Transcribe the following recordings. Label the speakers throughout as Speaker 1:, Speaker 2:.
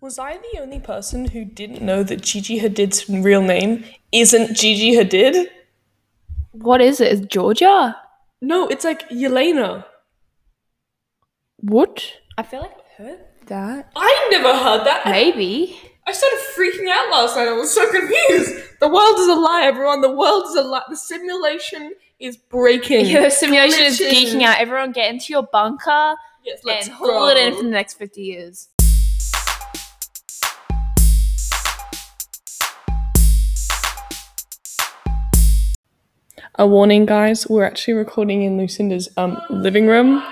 Speaker 1: Was I the only person who didn't know that Gigi Hadid's real name isn't Gigi Hadid?
Speaker 2: What is it? Is Georgia?
Speaker 1: No, it's like Yelena.
Speaker 2: What?
Speaker 1: I feel like I've heard.
Speaker 2: That?
Speaker 1: I never heard that. I-
Speaker 2: Maybe.
Speaker 1: I started freaking out last night. I was so confused. The world is a lie, everyone. The world is a lie. The simulation is breaking.
Speaker 2: Yeah, the simulation is
Speaker 1: Glitches.
Speaker 2: geeking out. Everyone get into your bunker
Speaker 1: Yes, let's
Speaker 2: and hold it in
Speaker 1: go.
Speaker 2: for the next 50 years.
Speaker 1: A warning, guys. We're actually recording in Lucinda's um living room.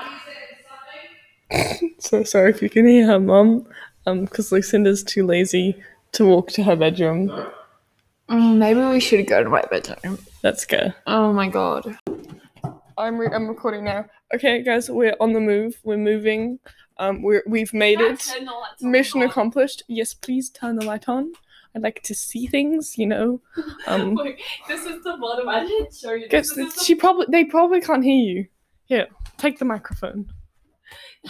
Speaker 1: so sorry if you can hear her mum, um, because Lucinda's too lazy to walk to her bedroom.
Speaker 2: Mm, maybe we should go to my bedroom.
Speaker 1: Let's go.
Speaker 2: Oh my god.
Speaker 1: I'm re- I'm recording now. Okay, guys, we're on the move. We're moving. Um, we're we've made it. Mission accomplished. Yes, please turn the light on. I'd like to see things. You know. Um,
Speaker 2: this is the bottom. I didn't show you.
Speaker 1: guess that she probably they probably can't hear you. Here, take the microphone.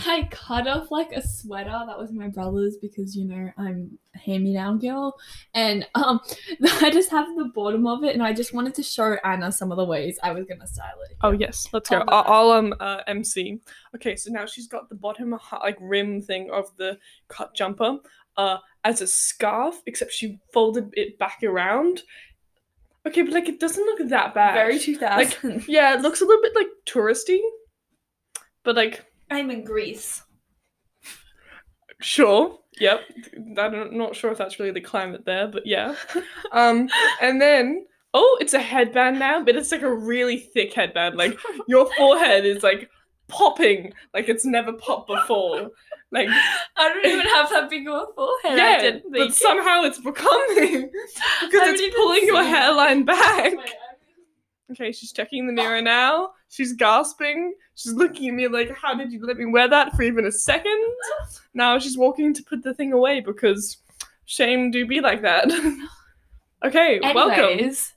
Speaker 3: I cut off like a sweater that was my brother's because you know I'm a hand-me-down girl, and um, I just have the bottom of it, and I just wanted to show Anna some of the ways I was gonna style it.
Speaker 1: Oh yes, let's go.
Speaker 3: Hold
Speaker 1: I'll,
Speaker 3: on.
Speaker 1: I'll um uh, MC. Okay, so now she's got the bottom ha- like rim thing of the cut jumper uh as a scarf, except she folded it back around. Okay, but like it doesn't look that bad.
Speaker 3: very 2000.
Speaker 1: yeah, it looks a little bit like touristy, but like
Speaker 3: I'm in Greece.
Speaker 1: sure. Yep, I'm not sure if that's really the climate there, but yeah. Um, and then oh, it's a headband now, but it's like a really thick headband. Like your forehead is like popping, like it's never popped before. Like
Speaker 3: I don't even have that big of a forehead. I
Speaker 1: yeah,
Speaker 3: didn't
Speaker 1: but
Speaker 3: think.
Speaker 1: somehow it's becoming because
Speaker 3: haven't
Speaker 1: it's
Speaker 3: even
Speaker 1: pulling your
Speaker 3: seen it.
Speaker 1: hairline back.
Speaker 3: Wait, I'm-
Speaker 1: Okay, she's checking the mirror now. She's gasping. She's looking at me like, how did you let me wear that for even a second? Now she's walking to put the thing away because shame do be like that. okay, welcome.
Speaker 3: Anyways,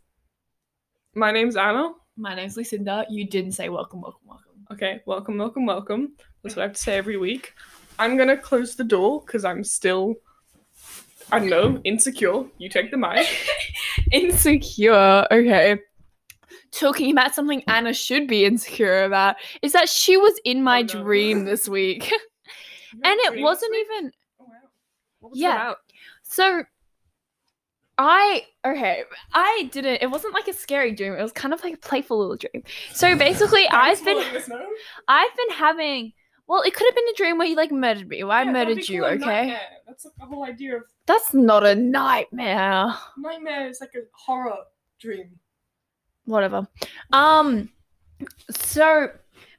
Speaker 1: My name's Anna.
Speaker 3: my name's Lucinda. You didn't say welcome, welcome, welcome.
Speaker 1: Okay, welcome, welcome, welcome. That's what I have to say every week. I'm gonna close the door because I'm still, I don't know, insecure. You take the mic.
Speaker 2: Insecure. Okay. Talking about something
Speaker 3: Hmm.
Speaker 2: Anna should be insecure about is that she was in
Speaker 1: Oh,
Speaker 2: my
Speaker 1: no.
Speaker 2: dream this week. and it wasn't even.
Speaker 1: Oh, wow. What was it
Speaker 2: Yeah.
Speaker 1: about?
Speaker 2: So I okay, I didn't it wasn't like a scary dream. It was kind of like a playful little dream. So basically
Speaker 1: Thanks
Speaker 2: I've
Speaker 1: for
Speaker 2: been
Speaker 1: letting us know.
Speaker 2: I've been having well, it could have been a dream where you like murdered me, where I
Speaker 1: Yeah, that'd be
Speaker 2: murdered you,
Speaker 1: called a
Speaker 2: okay?
Speaker 1: nightmare. That's like the whole idea of
Speaker 2: That's not a nightmare.
Speaker 1: nightmare is like a horror dream.
Speaker 2: Whatever. Um so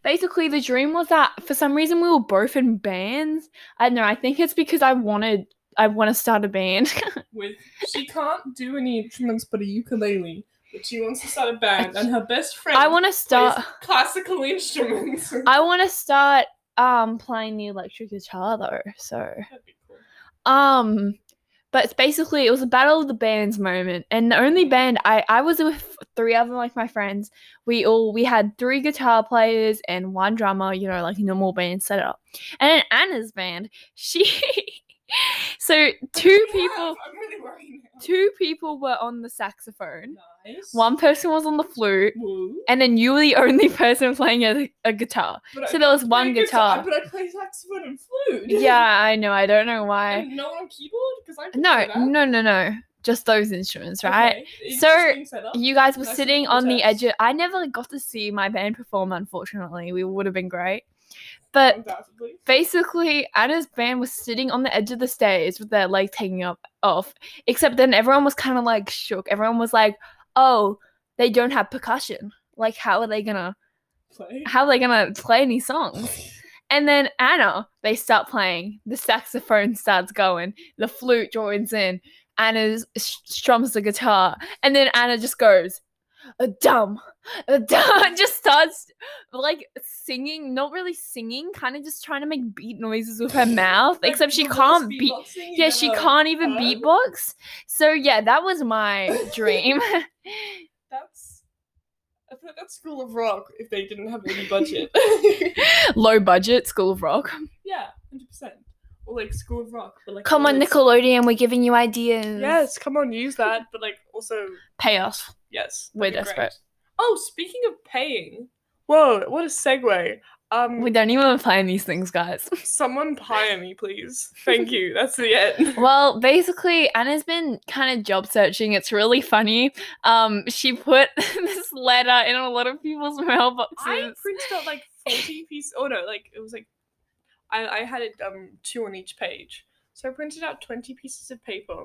Speaker 2: basically the dream was that for some reason we were both in bands. I don't know, I think it's because I wanted I want to start a band.
Speaker 1: With she can't do any instruments but a ukulele, but she wants to start a band, and her best friend
Speaker 2: I want to
Speaker 1: plays
Speaker 2: start
Speaker 1: classical instruments.
Speaker 2: I want to start um playing the electric guitar though. So
Speaker 1: That'd be cool.
Speaker 2: um but it's basically it was a battle of the bands moment and the only band I I was with three other like my friends. We all we had three guitar players and one drummer, you know, like normal band setup. And in Anna's band, she so two
Speaker 1: Yeah,
Speaker 2: people
Speaker 1: I'm really worried now.
Speaker 2: two people were on the saxophone.
Speaker 1: Nice.
Speaker 2: One person was on the flute.
Speaker 1: Woo.
Speaker 2: And then you were the only person playing a, a guitar.
Speaker 1: But
Speaker 2: So there was
Speaker 1: play
Speaker 2: one guitar.
Speaker 1: But I play saxophone and flute.
Speaker 2: Yeah, I know. I don't know why.
Speaker 1: And no one on keyboard because I can
Speaker 2: No,
Speaker 1: do that.
Speaker 2: no, no, no. Just those instruments, right?
Speaker 1: Okay, it's
Speaker 2: So,
Speaker 1: just being set up.
Speaker 2: You guys were
Speaker 1: Nice
Speaker 2: sitting
Speaker 1: little
Speaker 2: on the
Speaker 1: test.
Speaker 2: edge. Of, I never got to see my band perform, unfortunately. We would have been great. But
Speaker 1: Undoubtedly.
Speaker 2: basically, Anna's band was sitting on the edge of the stage with their legs hanging up off. Except then everyone was kind of like shook. Everyone was like, "Oh, they don't have percussion. Like, how are they gonna?
Speaker 1: Play.
Speaker 2: How are they gonna play any songs?" And then Anna, they start playing. The saxophone starts going. The flute joins in. Anna s- strums the guitar, and then Anna just goes, "A "Dumb, a dumb," and just starts like singing. Not really singing, kind of just trying to make beat noises with her mouth.
Speaker 1: Like,
Speaker 2: except she
Speaker 1: the worst
Speaker 2: can't beat.
Speaker 1: beatboxing you've
Speaker 2: Yeah, she
Speaker 1: ever
Speaker 2: can't even
Speaker 1: heard?
Speaker 2: beatbox. So yeah, that was my dream.
Speaker 1: That's I feel like that's School of Rock if they didn't have any budget.
Speaker 2: Low budget, School of Rock.
Speaker 1: yeah, hundred percent.
Speaker 3: or like School of Rock. But, like,
Speaker 2: Come on,
Speaker 3: always-
Speaker 2: Nickelodeon, we're giving you ideas.
Speaker 1: Yes, come on, use that. But like, also,
Speaker 2: Pay us.
Speaker 1: yes, that'd be
Speaker 2: We're
Speaker 1: great.
Speaker 2: desperate.
Speaker 1: Oh, speaking of paying, whoa, what a segue. Um,
Speaker 2: We don't even plan these things, guys.
Speaker 1: someone hire me, please. Thank you. That's the end.
Speaker 2: Well, basically, Anna's been kind of job searching. It's really funny. Um, she put this letter in a lot of people's
Speaker 1: I
Speaker 2: mailboxes.
Speaker 1: printed out like forty pieces. Oh no, like it was like I, I had it um two on each page. So I printed out twenty pieces of paper,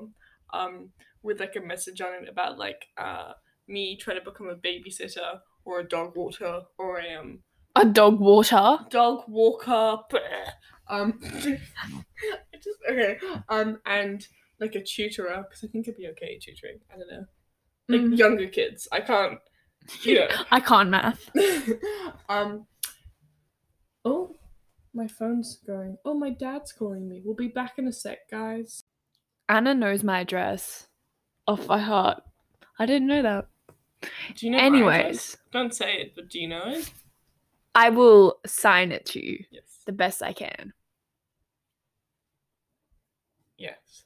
Speaker 1: um, with like a message on it about like uh me trying to become a babysitter or a dog water or a um
Speaker 2: A dog water.
Speaker 1: dog walker. bleh. Um, I just okay. Um, and like a tutorer because I think it'd be okay tutoring. I don't know, like
Speaker 2: Mm.
Speaker 1: younger kids. I can't, you know.
Speaker 2: I can't math.
Speaker 1: um. Oh, my phone's going. Oh, my dad's calling me. We'll be back in a sec, guys.
Speaker 2: Anna knows my address off by heart. I didn't know that.
Speaker 1: Do you know? my address?
Speaker 2: Anyways,
Speaker 1: don't say it, but do you know it?
Speaker 2: I will sign it to you
Speaker 1: Yes.
Speaker 2: the best I can.
Speaker 1: Yes.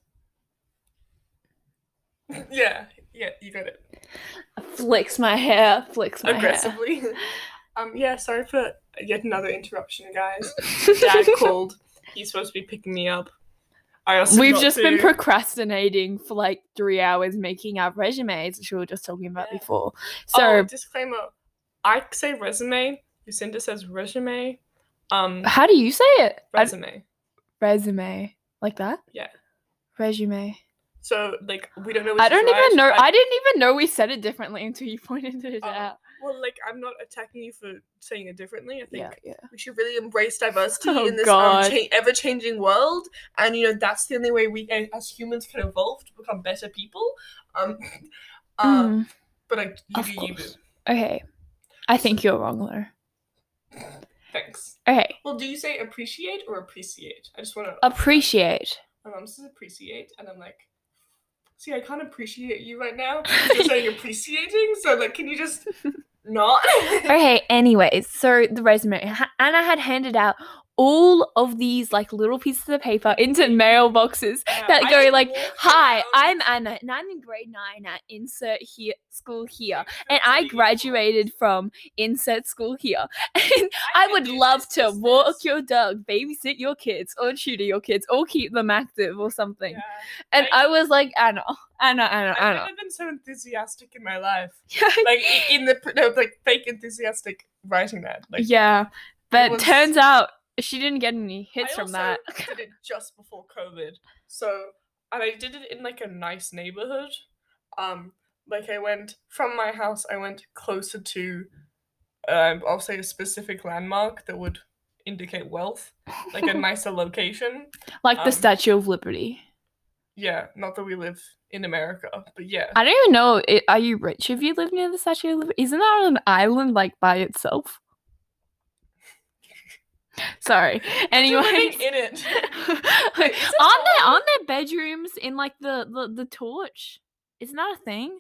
Speaker 1: yeah. Yeah. You got it.
Speaker 2: Flicks my hair, flicks my
Speaker 1: Aggressively. um. Yeah. Sorry for yet another interruption, guys.
Speaker 2: hair.
Speaker 1: Dad called. He's supposed to be picking me up. I also
Speaker 2: We've just been procrastinating for like three hours making our resumes, which we were just talking about
Speaker 1: Yeah. Oh,
Speaker 2: before. So
Speaker 1: so disclaimer. I say resume. Lucinda says resume. Um.
Speaker 2: How do you say it? I-
Speaker 1: Resume.
Speaker 2: resume. Like that?
Speaker 1: Yeah.
Speaker 2: Resume.
Speaker 1: So like we don't know.
Speaker 2: I
Speaker 1: which is
Speaker 2: don't
Speaker 1: right.
Speaker 2: even know. I
Speaker 1: I-
Speaker 2: didn't even know we said it differently until you pointed it
Speaker 1: Oh,
Speaker 2: out.
Speaker 1: well, like I'm not attacking you for saying it differently. I think
Speaker 2: Yeah, yeah.
Speaker 1: we should really embrace diversity
Speaker 2: Oh,
Speaker 1: in this um,
Speaker 2: God.
Speaker 1: cha- ever-changing world, and you know that's the only way we can, as humans can evolve to become better people. Um. uh,
Speaker 2: Mm,
Speaker 1: But like you
Speaker 2: of
Speaker 1: do you, boo.
Speaker 2: course. Okay. I think you're wrong though.
Speaker 1: Thanks.
Speaker 2: Okay.
Speaker 1: Well, do you say appreciate or appreciate? I just want to.
Speaker 2: Um, Appreciate.
Speaker 1: my mom says appreciate, and I'm like, see, I can't appreciate you right now. You're saying appreciating, so like, can you just not?
Speaker 2: okay, anyways, so the resume. Ha- Anna had handed out all of these like little pieces of paper into mailboxes
Speaker 1: Yeah,
Speaker 2: that
Speaker 1: I
Speaker 2: go
Speaker 1: just
Speaker 2: like,
Speaker 1: walked
Speaker 2: "Hi,
Speaker 1: around.
Speaker 2: I'm Anna, and I'm in grade nine at insert here school here,
Speaker 1: Thanks for
Speaker 2: and I
Speaker 1: reading.
Speaker 2: graduated from insert school here, and I
Speaker 1: can
Speaker 2: would
Speaker 1: do
Speaker 2: love
Speaker 1: this,
Speaker 2: to
Speaker 1: this,
Speaker 2: walk
Speaker 1: this."
Speaker 2: your dog, babysit your kids, or tutor your kids, or keep them active, or something."
Speaker 1: Yeah.
Speaker 2: And
Speaker 1: Like-
Speaker 2: I was like, "Anna, Anna, Anna,
Speaker 1: I've
Speaker 2: Anna."
Speaker 1: never been so enthusiastic in my life. Like i- in the pr- no, like fake enthusiastic writing that. Like
Speaker 2: yeah, but
Speaker 1: was-
Speaker 2: turns out she didn't get any hits
Speaker 1: I
Speaker 2: from
Speaker 1: also
Speaker 2: that.
Speaker 1: did it just before COVID. So and I did it in like a nice neighborhood. Um, like I went from my house. I went closer to, um, I'll say a specific landmark that would indicate wealth, like a nicer location.
Speaker 2: like
Speaker 1: Um,
Speaker 2: the Statue of Liberty.
Speaker 1: Yeah, not that we live in America, but yeah.
Speaker 2: I don't even know. i are you rich if you live near the Statue of Liberty? Isn't that on an island like by itself? Sorry.
Speaker 1: Still
Speaker 2: Anyway,
Speaker 1: living in it.
Speaker 2: like,
Speaker 1: Is it
Speaker 2: aren't there
Speaker 1: all-
Speaker 2: aren't there bedrooms in like the, the the torch? Isn't that a thing?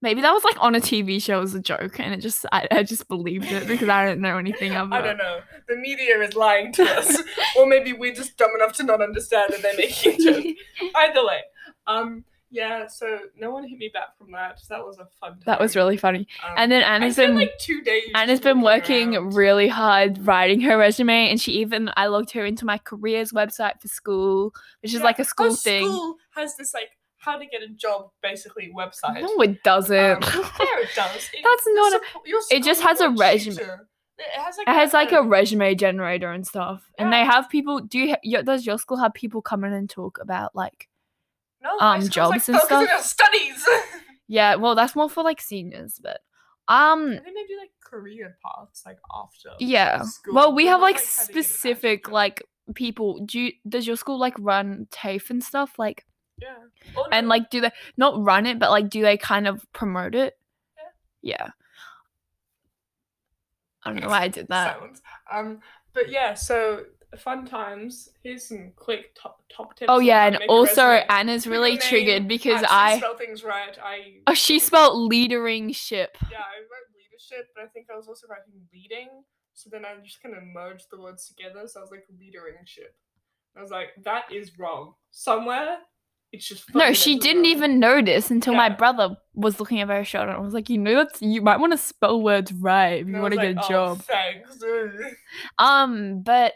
Speaker 2: Maybe that was like on a TV show as a joke, and it just I, I just believed it because I don't know anything of it.
Speaker 1: I don't know. The media is lying to us. or maybe we're just dumb enough to not understand that they're making a joke. Either way. Um yeah, so no one hit me back from that. So that was a fun time.
Speaker 2: that was really funny.
Speaker 1: um,
Speaker 2: And then
Speaker 1: I
Speaker 2: Anna's
Speaker 1: spent
Speaker 2: been
Speaker 1: like two days.
Speaker 2: Anna's
Speaker 1: just
Speaker 2: been working
Speaker 1: walking around.
Speaker 2: really hard writing her resume, and she even I logged her into my careers website for school, which is
Speaker 1: Yeah,
Speaker 2: like a
Speaker 1: our
Speaker 2: school thing.
Speaker 1: School has this like how to get a job basically website.
Speaker 2: No, it doesn't.
Speaker 1: Um, there it does. It,
Speaker 2: That's
Speaker 1: your
Speaker 2: not a-
Speaker 1: suppo- your
Speaker 2: it just
Speaker 1: school
Speaker 2: has a
Speaker 1: will
Speaker 2: resume.
Speaker 1: tutor. It has like
Speaker 2: It has like a
Speaker 1: own-
Speaker 2: resume generator and stuff, and they
Speaker 1: Yeah.
Speaker 2: have people. Do you? ha- Your, does your school have people come in and talk about like?
Speaker 1: no, my
Speaker 2: um,
Speaker 1: school's,
Speaker 2: jobs and
Speaker 1: like, focusing
Speaker 2: stuff?
Speaker 1: on Studies.
Speaker 2: Yeah, well, that's more for like seniors, but um,
Speaker 1: I think they do like career paths like after.
Speaker 2: yeah.
Speaker 1: school.
Speaker 2: Well, we
Speaker 1: They
Speaker 2: have
Speaker 1: look
Speaker 2: like
Speaker 1: how to get an actual
Speaker 2: specific
Speaker 1: job.
Speaker 2: like people. Do you, does your school like run TAFE and stuff like?
Speaker 1: yeah. Oh,
Speaker 2: and
Speaker 1: no,
Speaker 2: like do they not run it but like do they kind of promote it yeah, i don't know why i did that
Speaker 1: silence. Um, but yeah, so fun times. Here's some quick top top tips.
Speaker 2: oh
Speaker 1: on
Speaker 2: yeah
Speaker 1: how to
Speaker 2: and
Speaker 1: make a
Speaker 2: also
Speaker 1: resume.
Speaker 2: anna's
Speaker 1: Put
Speaker 2: really
Speaker 1: your name,
Speaker 2: triggered because
Speaker 1: actually
Speaker 2: i
Speaker 1: spell things right. I
Speaker 2: oh she spelt leadering ship
Speaker 1: yeah, I wrote leadership, but I think I was also writing leading. So then I just kind of merged the words together. So I was like leadering ship. I was like, that is wrong. Somewhere, it's just.
Speaker 2: No, she
Speaker 1: fundamentally
Speaker 2: didn't
Speaker 1: wrong.
Speaker 2: even notice until my
Speaker 1: Yeah.
Speaker 2: brother was looking over her shoulder and was like, "You know, that's you might want to spell words right if
Speaker 1: And
Speaker 2: you
Speaker 1: I
Speaker 2: want to
Speaker 1: was
Speaker 2: get
Speaker 1: like,
Speaker 2: a
Speaker 1: "Oh,
Speaker 2: job."
Speaker 1: Thanks.
Speaker 2: Um, but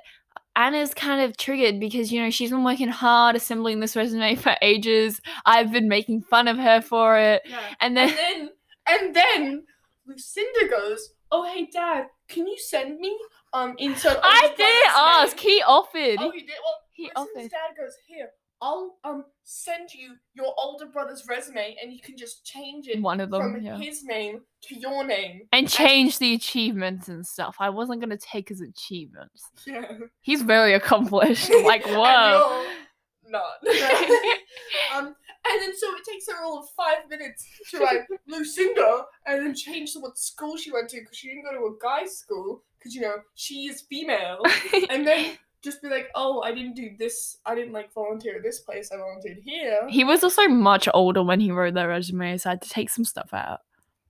Speaker 2: Anna's kind of triggered because you know she's been working hard assembling this resume for ages. I've been making fun of her for it,
Speaker 1: Yeah.
Speaker 2: and
Speaker 1: And
Speaker 2: then
Speaker 1: then, and then Lucinda goes, "Oh hey, Dad, can you send me um insert?"
Speaker 2: I
Speaker 1: Otis
Speaker 2: didn't
Speaker 1: Brother's
Speaker 2: ask.
Speaker 1: name?"
Speaker 2: He offered.
Speaker 1: Oh, he did. Well,
Speaker 2: He
Speaker 1: Lucinda's
Speaker 2: offered.
Speaker 1: dad goes, "Here, I'll um send you your older brother's resume, and you can just change it
Speaker 2: One of them,
Speaker 1: from
Speaker 2: yeah.
Speaker 1: his name to your name."
Speaker 2: and changed the achievements and stuff. I wasn't gonna take his achievements.
Speaker 1: Yeah.
Speaker 2: He's very accomplished. I'm like, whoa.
Speaker 1: and you're not. um, and then so it takes her all of five minutes to like Lucinda and then change to what school she went to because she didn't go to a guy's school because you know she is female. and then just be like, oh, I didn't do this. I didn't like volunteer at this place. I volunteered here.
Speaker 2: he was also much older when he wrote that resume, so I had to take some stuff out.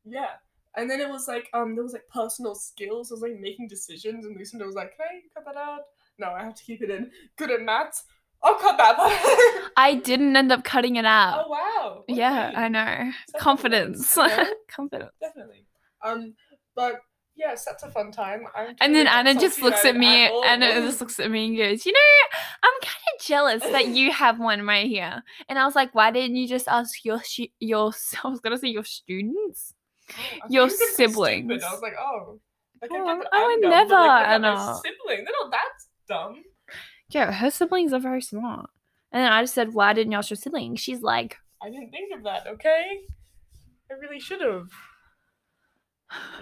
Speaker 1: Yeah. And then it was like, um, there was like personal skills. It was like making decisions, and Lucinda was like, "Can I cut that out?" No, I have to keep it in. Good at maths. I'll cut that part.
Speaker 2: I didn't end up cutting it out.
Speaker 1: oh wow. What a
Speaker 2: Uh, yeah,
Speaker 1: queen.
Speaker 2: I know.
Speaker 1: Self-confidence,
Speaker 2: Confidence.
Speaker 1: you know?
Speaker 2: Confidence.
Speaker 1: definitely. Um, but yes, that's a fun time. I'm
Speaker 2: And
Speaker 1: totally
Speaker 2: then
Speaker 1: not
Speaker 2: Anna just looks at
Speaker 1: self-united
Speaker 2: me,
Speaker 1: all.
Speaker 2: Anna just looks at me and goes, You know, I'm kind of jealous that you have one right here. And I was like, Why didn't you just ask your, sh- your I was going to say your students?
Speaker 1: I was
Speaker 2: your
Speaker 1: like, "You're gonna be stupid."
Speaker 2: siblings.
Speaker 1: I was like, oh. Like, I
Speaker 2: Oh,
Speaker 1: get that
Speaker 2: I
Speaker 1: I'm dumb,
Speaker 2: would
Speaker 1: but,
Speaker 2: never,
Speaker 1: like, look at my
Speaker 2: Anna.
Speaker 1: Sibling, they're not that dumb.
Speaker 2: Yeah, her siblings are very smart. And then I just said, Why didn't you ask your siblings? She's like,
Speaker 1: I didn't think of that. Okay, I really should have.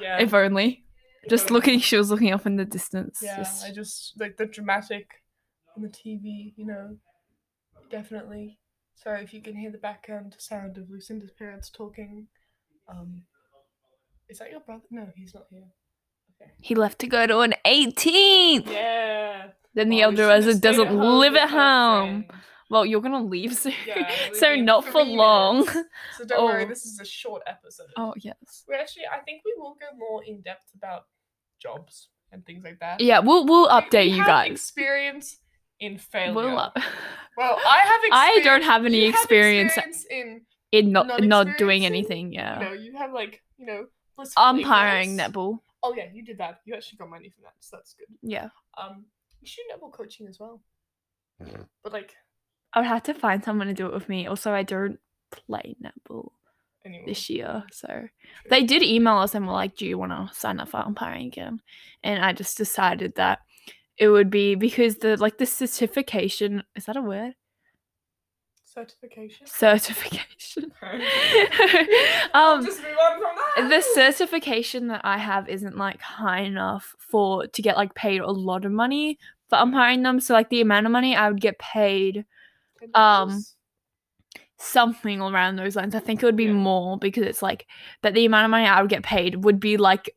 Speaker 1: Yeah.
Speaker 2: If only. Just
Speaker 1: If-
Speaker 2: looking, she was looking up in the distance.
Speaker 1: Yeah,
Speaker 2: just-
Speaker 1: I just like the dramatic on the TV. You know, definitely. Sorry if you can hear the background sound of Lucinda's parents talking. Um, is that your brother? No, he's not here.
Speaker 2: He left to go to an 18th.
Speaker 1: Yeah.
Speaker 2: Then the
Speaker 1: Well,
Speaker 2: elder
Speaker 1: Lucinda
Speaker 2: Ezra
Speaker 1: Oh, stayed at
Speaker 2: doesn't
Speaker 1: home
Speaker 2: live
Speaker 1: with
Speaker 2: at
Speaker 1: her
Speaker 2: home.
Speaker 1: friend.
Speaker 2: Well, you're gonna leave soon,
Speaker 1: Yeah, we've
Speaker 2: so
Speaker 1: been
Speaker 2: not for
Speaker 1: three
Speaker 2: long.
Speaker 1: minutes, So don't worry,
Speaker 2: Oh.
Speaker 1: this is a short episode.
Speaker 2: Oh yes.
Speaker 1: We're actually, I think we will go more in depth about jobs and things like that.
Speaker 2: Yeah, we'll we'll
Speaker 1: We- we
Speaker 2: update you
Speaker 1: have
Speaker 2: guys.
Speaker 1: Experience in failure.
Speaker 2: We'll up-
Speaker 1: Well, I have.
Speaker 2: I
Speaker 1: Experience.
Speaker 2: don't have any
Speaker 1: you
Speaker 2: experience,
Speaker 1: Have experience in
Speaker 2: in not
Speaker 1: not
Speaker 2: not doing
Speaker 1: experiencing-
Speaker 2: anything.
Speaker 1: you
Speaker 2: Yeah,
Speaker 1: know you have like you know blissful
Speaker 2: umpiring
Speaker 1: ignorance.
Speaker 2: netball.
Speaker 1: Oh yeah, you did that. You actually got money for that, so that's good.
Speaker 2: Yeah,
Speaker 1: Um, you should netball coaching as well. But like
Speaker 2: I would have to find someone to do it with me. Also, I don't play netball
Speaker 1: anyway,
Speaker 2: this year, so they did email us and were like, "Do you want to sign up for umpiring again?" And I just decided that it would be because the like the certification is that a word
Speaker 1: certification.
Speaker 2: certification.
Speaker 1: We'll
Speaker 2: um,
Speaker 1: just move on from that.
Speaker 2: the certification that I have isn't like high enough for to get like paid a lot of money for umpiring them. So like the amount of money I would get paid
Speaker 1: Ten
Speaker 2: um,
Speaker 1: dollars.
Speaker 2: something around those lines. I think it would be
Speaker 1: Yeah.
Speaker 2: more because it's like but the amount of money I would get paid would be like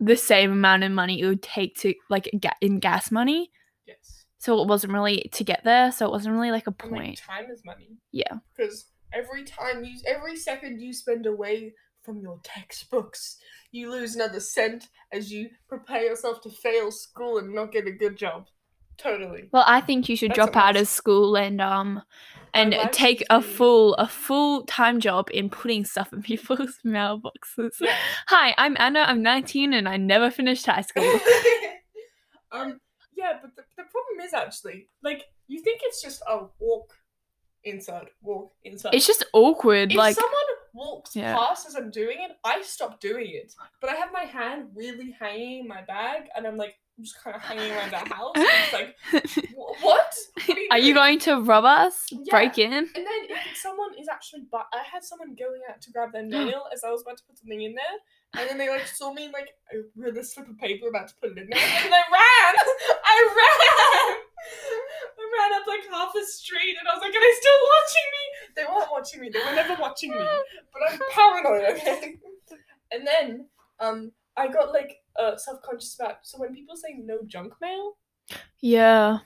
Speaker 2: the same amount of money it would take to like get in gas money.
Speaker 1: yes.
Speaker 2: So it wasn't really to get there. So it wasn't really like a
Speaker 1: And, like,
Speaker 2: point.
Speaker 1: time is money.
Speaker 2: Yeah.
Speaker 1: Because every time you, every second you spend away from your textbooks, you lose another cent as you prepare yourself to fail school and not get a good job. Totally.
Speaker 2: Well, I think you should
Speaker 1: That's
Speaker 2: drop out
Speaker 1: amazing.
Speaker 2: of school and um and
Speaker 1: life
Speaker 2: take
Speaker 1: is
Speaker 2: a
Speaker 1: really-
Speaker 2: full a full time job in putting stuff in people's mailboxes.
Speaker 1: Yeah.
Speaker 2: Hi, I'm Anna. I'm 19 and I never finished high school.
Speaker 1: um, yeah, but the, the problem is actually, like, you think it's just a walk inside, walk inside.
Speaker 2: it's just awkward.
Speaker 1: if
Speaker 2: like
Speaker 1: someone walks
Speaker 2: Yeah.
Speaker 1: past as I'm doing it, I stop doing it. But I have my hand really hanging in my bag, and I'm like, I'm just kind of hanging around the house. and It's like, "Wh- what? what? are you
Speaker 2: are you
Speaker 1: doing?"
Speaker 2: going to rob us?
Speaker 1: Yeah.
Speaker 2: Break in?
Speaker 1: And then if it's someone is actually, but I had someone going out to grab their nail as I was about to put something in there, and then they like saw me like with a slip of paper about to put it in there, and I ran. I ran. I ran up like half the street, and I was like, "Are they still watching me?" They weren't watching me. They were never watching me. But I'm paranoid. Okay. And then um, I got like uh, self conscious about. So when people say no junk mail,
Speaker 2: Yeah.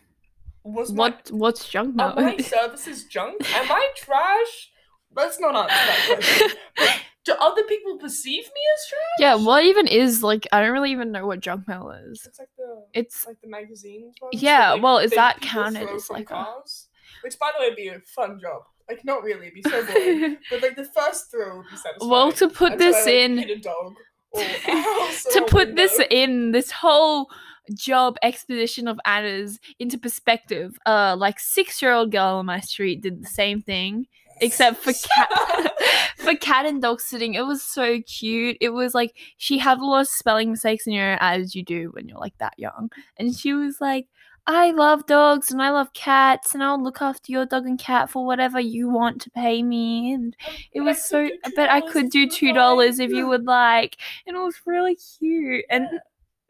Speaker 1: was my-
Speaker 2: What what's junk
Speaker 1: Are
Speaker 2: mail?
Speaker 1: my services junk? Am I trash? Let's not answer that question. But
Speaker 4: do other people perceive me as trash?
Speaker 2: Yeah, what even is like? I don't really even know what junk mail is.
Speaker 1: It's like the
Speaker 2: It's
Speaker 1: like the magazines. ones
Speaker 2: Yeah,
Speaker 1: that, like,
Speaker 2: well, is
Speaker 1: big
Speaker 2: that
Speaker 1: people
Speaker 2: counted
Speaker 1: throw
Speaker 2: as,
Speaker 1: from
Speaker 2: like, a-
Speaker 1: cars. Which, by the way, would be a fun job. Like, not really, it'd be so boring. but like the first throw would be satisfying.
Speaker 2: well to put
Speaker 1: Until I,
Speaker 2: this
Speaker 1: like,
Speaker 2: in.
Speaker 1: hit a dog or a house or
Speaker 2: to
Speaker 1: a
Speaker 2: put this
Speaker 1: window.
Speaker 2: in this whole job exposition of Anna's into perspective. Uh, like six year old girl on my street did the same thing, except for cat for cat and dog sitting. It was so cute. It was like she had a lot of spelling mistakes in her as you do when you're like that young, and she was like. I love dogs and I love cats and I'll look after your dog and cat for whatever you want to pay me and
Speaker 1: But
Speaker 2: it
Speaker 1: I
Speaker 2: was
Speaker 1: could
Speaker 2: so
Speaker 1: do
Speaker 2: but I
Speaker 1: $2
Speaker 2: could
Speaker 1: if
Speaker 2: do
Speaker 1: you would
Speaker 2: two dollars
Speaker 1: like.
Speaker 2: if you would like and it was really cute and
Speaker 1: Yeah.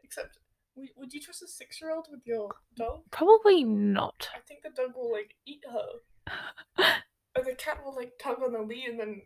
Speaker 1: Except, would would you trust a six-year-old with your dog?
Speaker 2: probably not
Speaker 1: I think the dog will like eat her, or the cat will like tug on the lead and then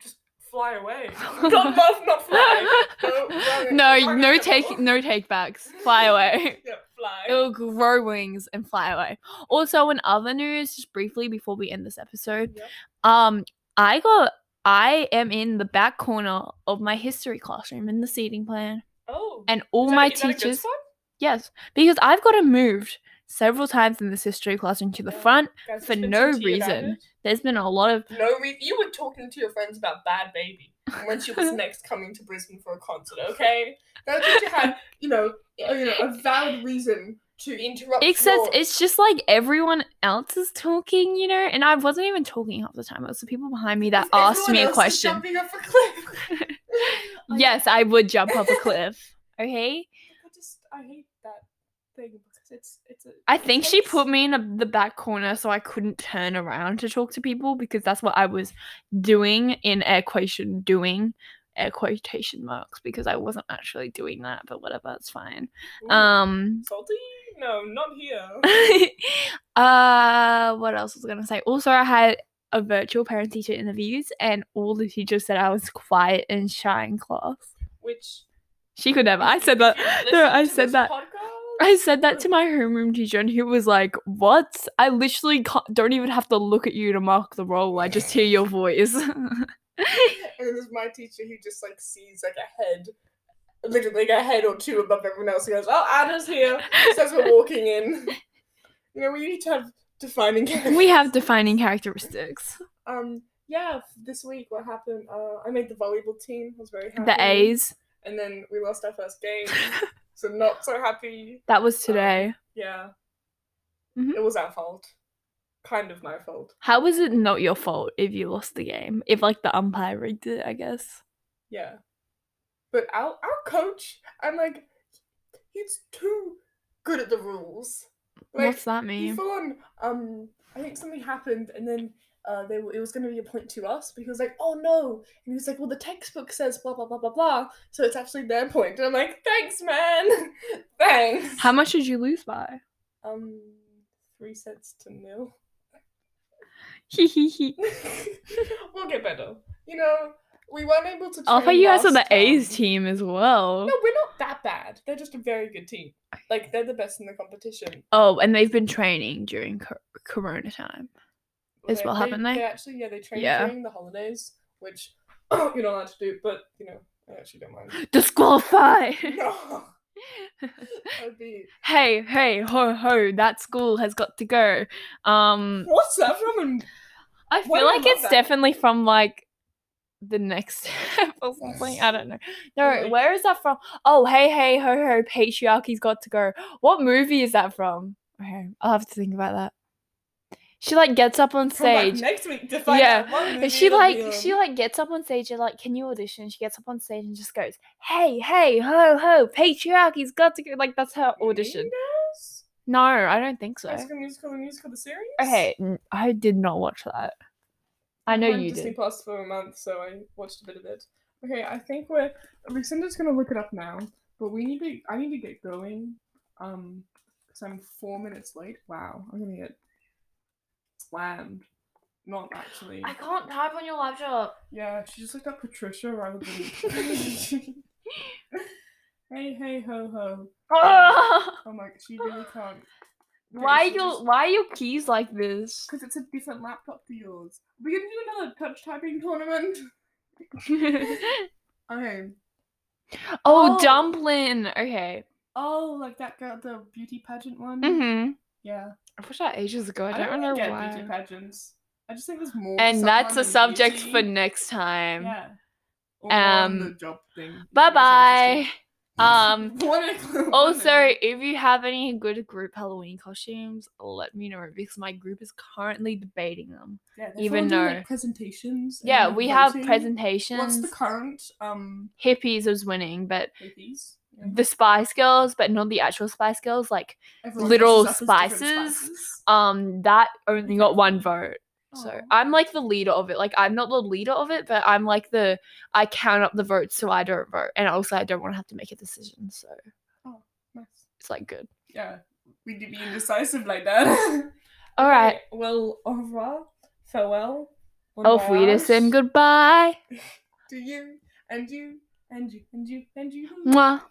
Speaker 1: just fly away. not, not, not fly. No, wrong-
Speaker 2: no
Speaker 1: wrong
Speaker 2: no
Speaker 1: animal.
Speaker 2: take no take backs fly away Oh,
Speaker 1: yeah, fly.
Speaker 2: It'll grow wings and fly away. Also, in other news, just briefly before we end this episode,
Speaker 1: Yep.
Speaker 2: um, I got I am in the back corner of my history classroom in the seating plan,
Speaker 1: Oh.
Speaker 2: and
Speaker 1: is
Speaker 2: all
Speaker 1: that-
Speaker 2: my
Speaker 1: is that a good
Speaker 2: teachers,
Speaker 1: spot?
Speaker 2: yes, because I've gotten moved several times in this history classroom to the
Speaker 1: Yeah.
Speaker 2: front.
Speaker 1: Guys,
Speaker 2: for
Speaker 1: there's been
Speaker 2: no
Speaker 1: some tea about
Speaker 2: reason.
Speaker 1: it.
Speaker 2: There's been a lot of
Speaker 1: No reason. You were talking to your friends about Bad Baby when she was next coming to Brisbane for a concert, okay? No teacher had, you know, a- you know, a valid reason to interrupt.
Speaker 2: except
Speaker 1: your-
Speaker 2: it's just like everyone else is talking, you know, and I wasn't even talking half the time. It was the people behind me that
Speaker 1: If
Speaker 2: asked
Speaker 1: everyone
Speaker 2: me a
Speaker 1: else is
Speaker 2: question.
Speaker 1: jumping off a cliff. I-
Speaker 2: Yes, I would jump off a cliff. Okay.
Speaker 1: I just I hate that thing because it's it's a.
Speaker 2: I
Speaker 1: it
Speaker 2: think she
Speaker 1: takes-
Speaker 2: put me in a, the back corner so I couldn't turn around to talk to people because that's what I was doing in air quotation doing air quotation marks because I wasn't actually doing that, but whatever, it's fine.
Speaker 1: Ooh,
Speaker 2: Um
Speaker 1: salty? No, not here.
Speaker 2: uh what else was I gonna say? Also I had a virtual parent teacher interviews and all the teachers said I was quiet and shy in class.
Speaker 1: Which
Speaker 2: She could never I said that.
Speaker 1: If you
Speaker 2: No,
Speaker 1: listen
Speaker 2: I
Speaker 1: to
Speaker 2: said
Speaker 1: this
Speaker 2: that.
Speaker 1: podcast-
Speaker 2: I said that to my homeroom teacher, and he was like, "What? I literally can't, don't even have to look at you to mark the role. I just hear your voice."
Speaker 1: And then there's my teacher who just like sees like a head, literally like a head or two above everyone else. He goes, "Oh, Anna's here." Just as we're walking in, you know, we need to have defining. Characters.
Speaker 2: we have defining characteristics.
Speaker 1: Um. Yeah. This week, what happened? Uh, I made the volleyball team. I was very happy.
Speaker 2: The A's.
Speaker 1: And then we lost our first game, so not so happy.
Speaker 2: That was today.
Speaker 1: Yeah.
Speaker 2: Mhm.
Speaker 1: It was our fault. Kind of my fault.
Speaker 2: How was it not your fault if you lost the game? If like the umpire rigged it, I guess.
Speaker 1: Yeah. But our our coach, I'm like, he's too good at the rules. Like
Speaker 2: What's that
Speaker 1: he
Speaker 2: mean?
Speaker 1: full on um I think something happened and then uh, they, were- it was going to be a point to us, but he was like, "Oh no!" And he was like, "Well, the textbook says blah blah blah blah blah, so it's actually their point." And I'm like, "Thanks, man, thanks."
Speaker 2: How much did you lose by?
Speaker 1: um, three cents to nil. we'll get better. You know, we weren't able to.
Speaker 2: I thought
Speaker 1: train
Speaker 2: you guys were the
Speaker 1: last
Speaker 2: A's
Speaker 1: time.
Speaker 2: team as well.
Speaker 1: No, we're not that bad. They're just a very good team. Like they're the best in the competition.
Speaker 2: Oh, and they've been training during co- Corona time. As well, haven't they?
Speaker 1: actually, yeah, they train
Speaker 2: Yeah.
Speaker 1: during the holidays, which you're not allowed to do. But you know, I actually don't mind.
Speaker 2: Disqualify.
Speaker 1: No, that would be.
Speaker 2: hey, hey, ho, ho, that school has got to go. Um,
Speaker 1: What's that from? And
Speaker 2: I feel
Speaker 1: Why do I
Speaker 2: like
Speaker 1: love
Speaker 2: it's
Speaker 1: that?
Speaker 2: definitely from like the next step or something. I don't know. No,
Speaker 1: Really?
Speaker 2: where is that from? Oh, hey, hey, ho, ho, patriarchy's got to go. What movie is that from? Okay, I'll have to think about that. She like gets up on
Speaker 1: from, like,
Speaker 2: stage.
Speaker 1: next week to find
Speaker 2: Yeah,
Speaker 1: out what movie
Speaker 2: And she
Speaker 1: it'll be
Speaker 2: like
Speaker 1: on.
Speaker 2: she like gets up on stage and like, can you audition? She gets up on stage and just goes, hey, hey, ho, ho, patriarchy's got to go. Like that's her audition.
Speaker 1: Mean Girls?
Speaker 2: No, I don't think so.
Speaker 1: High School Musical, the musical, the series.
Speaker 2: Okay, n- I did not watch that. I know
Speaker 1: on
Speaker 2: you
Speaker 1: Disney
Speaker 2: did.
Speaker 1: Plus for a month, so I watched a bit of it. Okay, I think we're Lucinda's gonna look it up now, but we need to. I need to get going. Um, because I'm four minutes late. Wow, I'm gonna get slammed. Not actually.
Speaker 2: can't type on your laptop.
Speaker 1: Yeah, she just looked up Patricia rather than. hey, hey, ho, ho. I'm like, she really can't.
Speaker 2: why
Speaker 1: Okay, so
Speaker 2: your
Speaker 1: just-
Speaker 2: why are your keys like this?
Speaker 1: Because it's a different laptop to yours. We're gonna do another touch typing tournament.
Speaker 3: Oh.
Speaker 2: oh,
Speaker 3: Oh.
Speaker 2: dumpling. Okay.
Speaker 1: Oh, like that girl, the beauty pageant one.
Speaker 2: Mm-hmm.
Speaker 1: Yeah.
Speaker 2: I wish that ages ago. I don't,
Speaker 1: really
Speaker 2: know
Speaker 1: get
Speaker 2: why.
Speaker 1: beauty pageants. I just think there's more. to
Speaker 2: And that's
Speaker 1: someone
Speaker 2: a
Speaker 1: than
Speaker 2: subject
Speaker 1: beauty.
Speaker 2: for next time.
Speaker 1: Yeah. Or on the
Speaker 2: Um,
Speaker 1: job thing.
Speaker 2: Bye bye. Um.
Speaker 1: What a-
Speaker 2: Also, if you have any good group Halloween costumes, let me know because my group is currently debating them.
Speaker 1: Yeah, they're
Speaker 2: even
Speaker 1: doing,
Speaker 2: though-
Speaker 1: like, presentations. and,
Speaker 2: Yeah,
Speaker 1: like,
Speaker 2: we have
Speaker 1: voting. What's
Speaker 2: presentations.
Speaker 1: the current um
Speaker 2: Hippies is winning, but
Speaker 1: hippies? Yeah.
Speaker 2: the Spice Girls, but not the actual Spice Girls. Like,
Speaker 1: Everyone
Speaker 2: literal
Speaker 1: dresses up as different
Speaker 2: spices.
Speaker 1: spices. Oh,
Speaker 2: um, that only got one vote. So
Speaker 1: Aw.
Speaker 2: I'm like the leader of it. Like I'm not the leader of it, but I'm like the I count up the votes so I don't vote, and also I don't want to have to make a decision. So
Speaker 1: Nice.
Speaker 2: it's like good.
Speaker 1: Yeah, we'd be indecisive like that.
Speaker 2: All right,
Speaker 1: Okay, Well, au revoir, farewell. bon
Speaker 2: auf Wiedersehen,
Speaker 1: voyage
Speaker 2: goodbye,
Speaker 1: To you and you and you and you and you.
Speaker 2: mwah.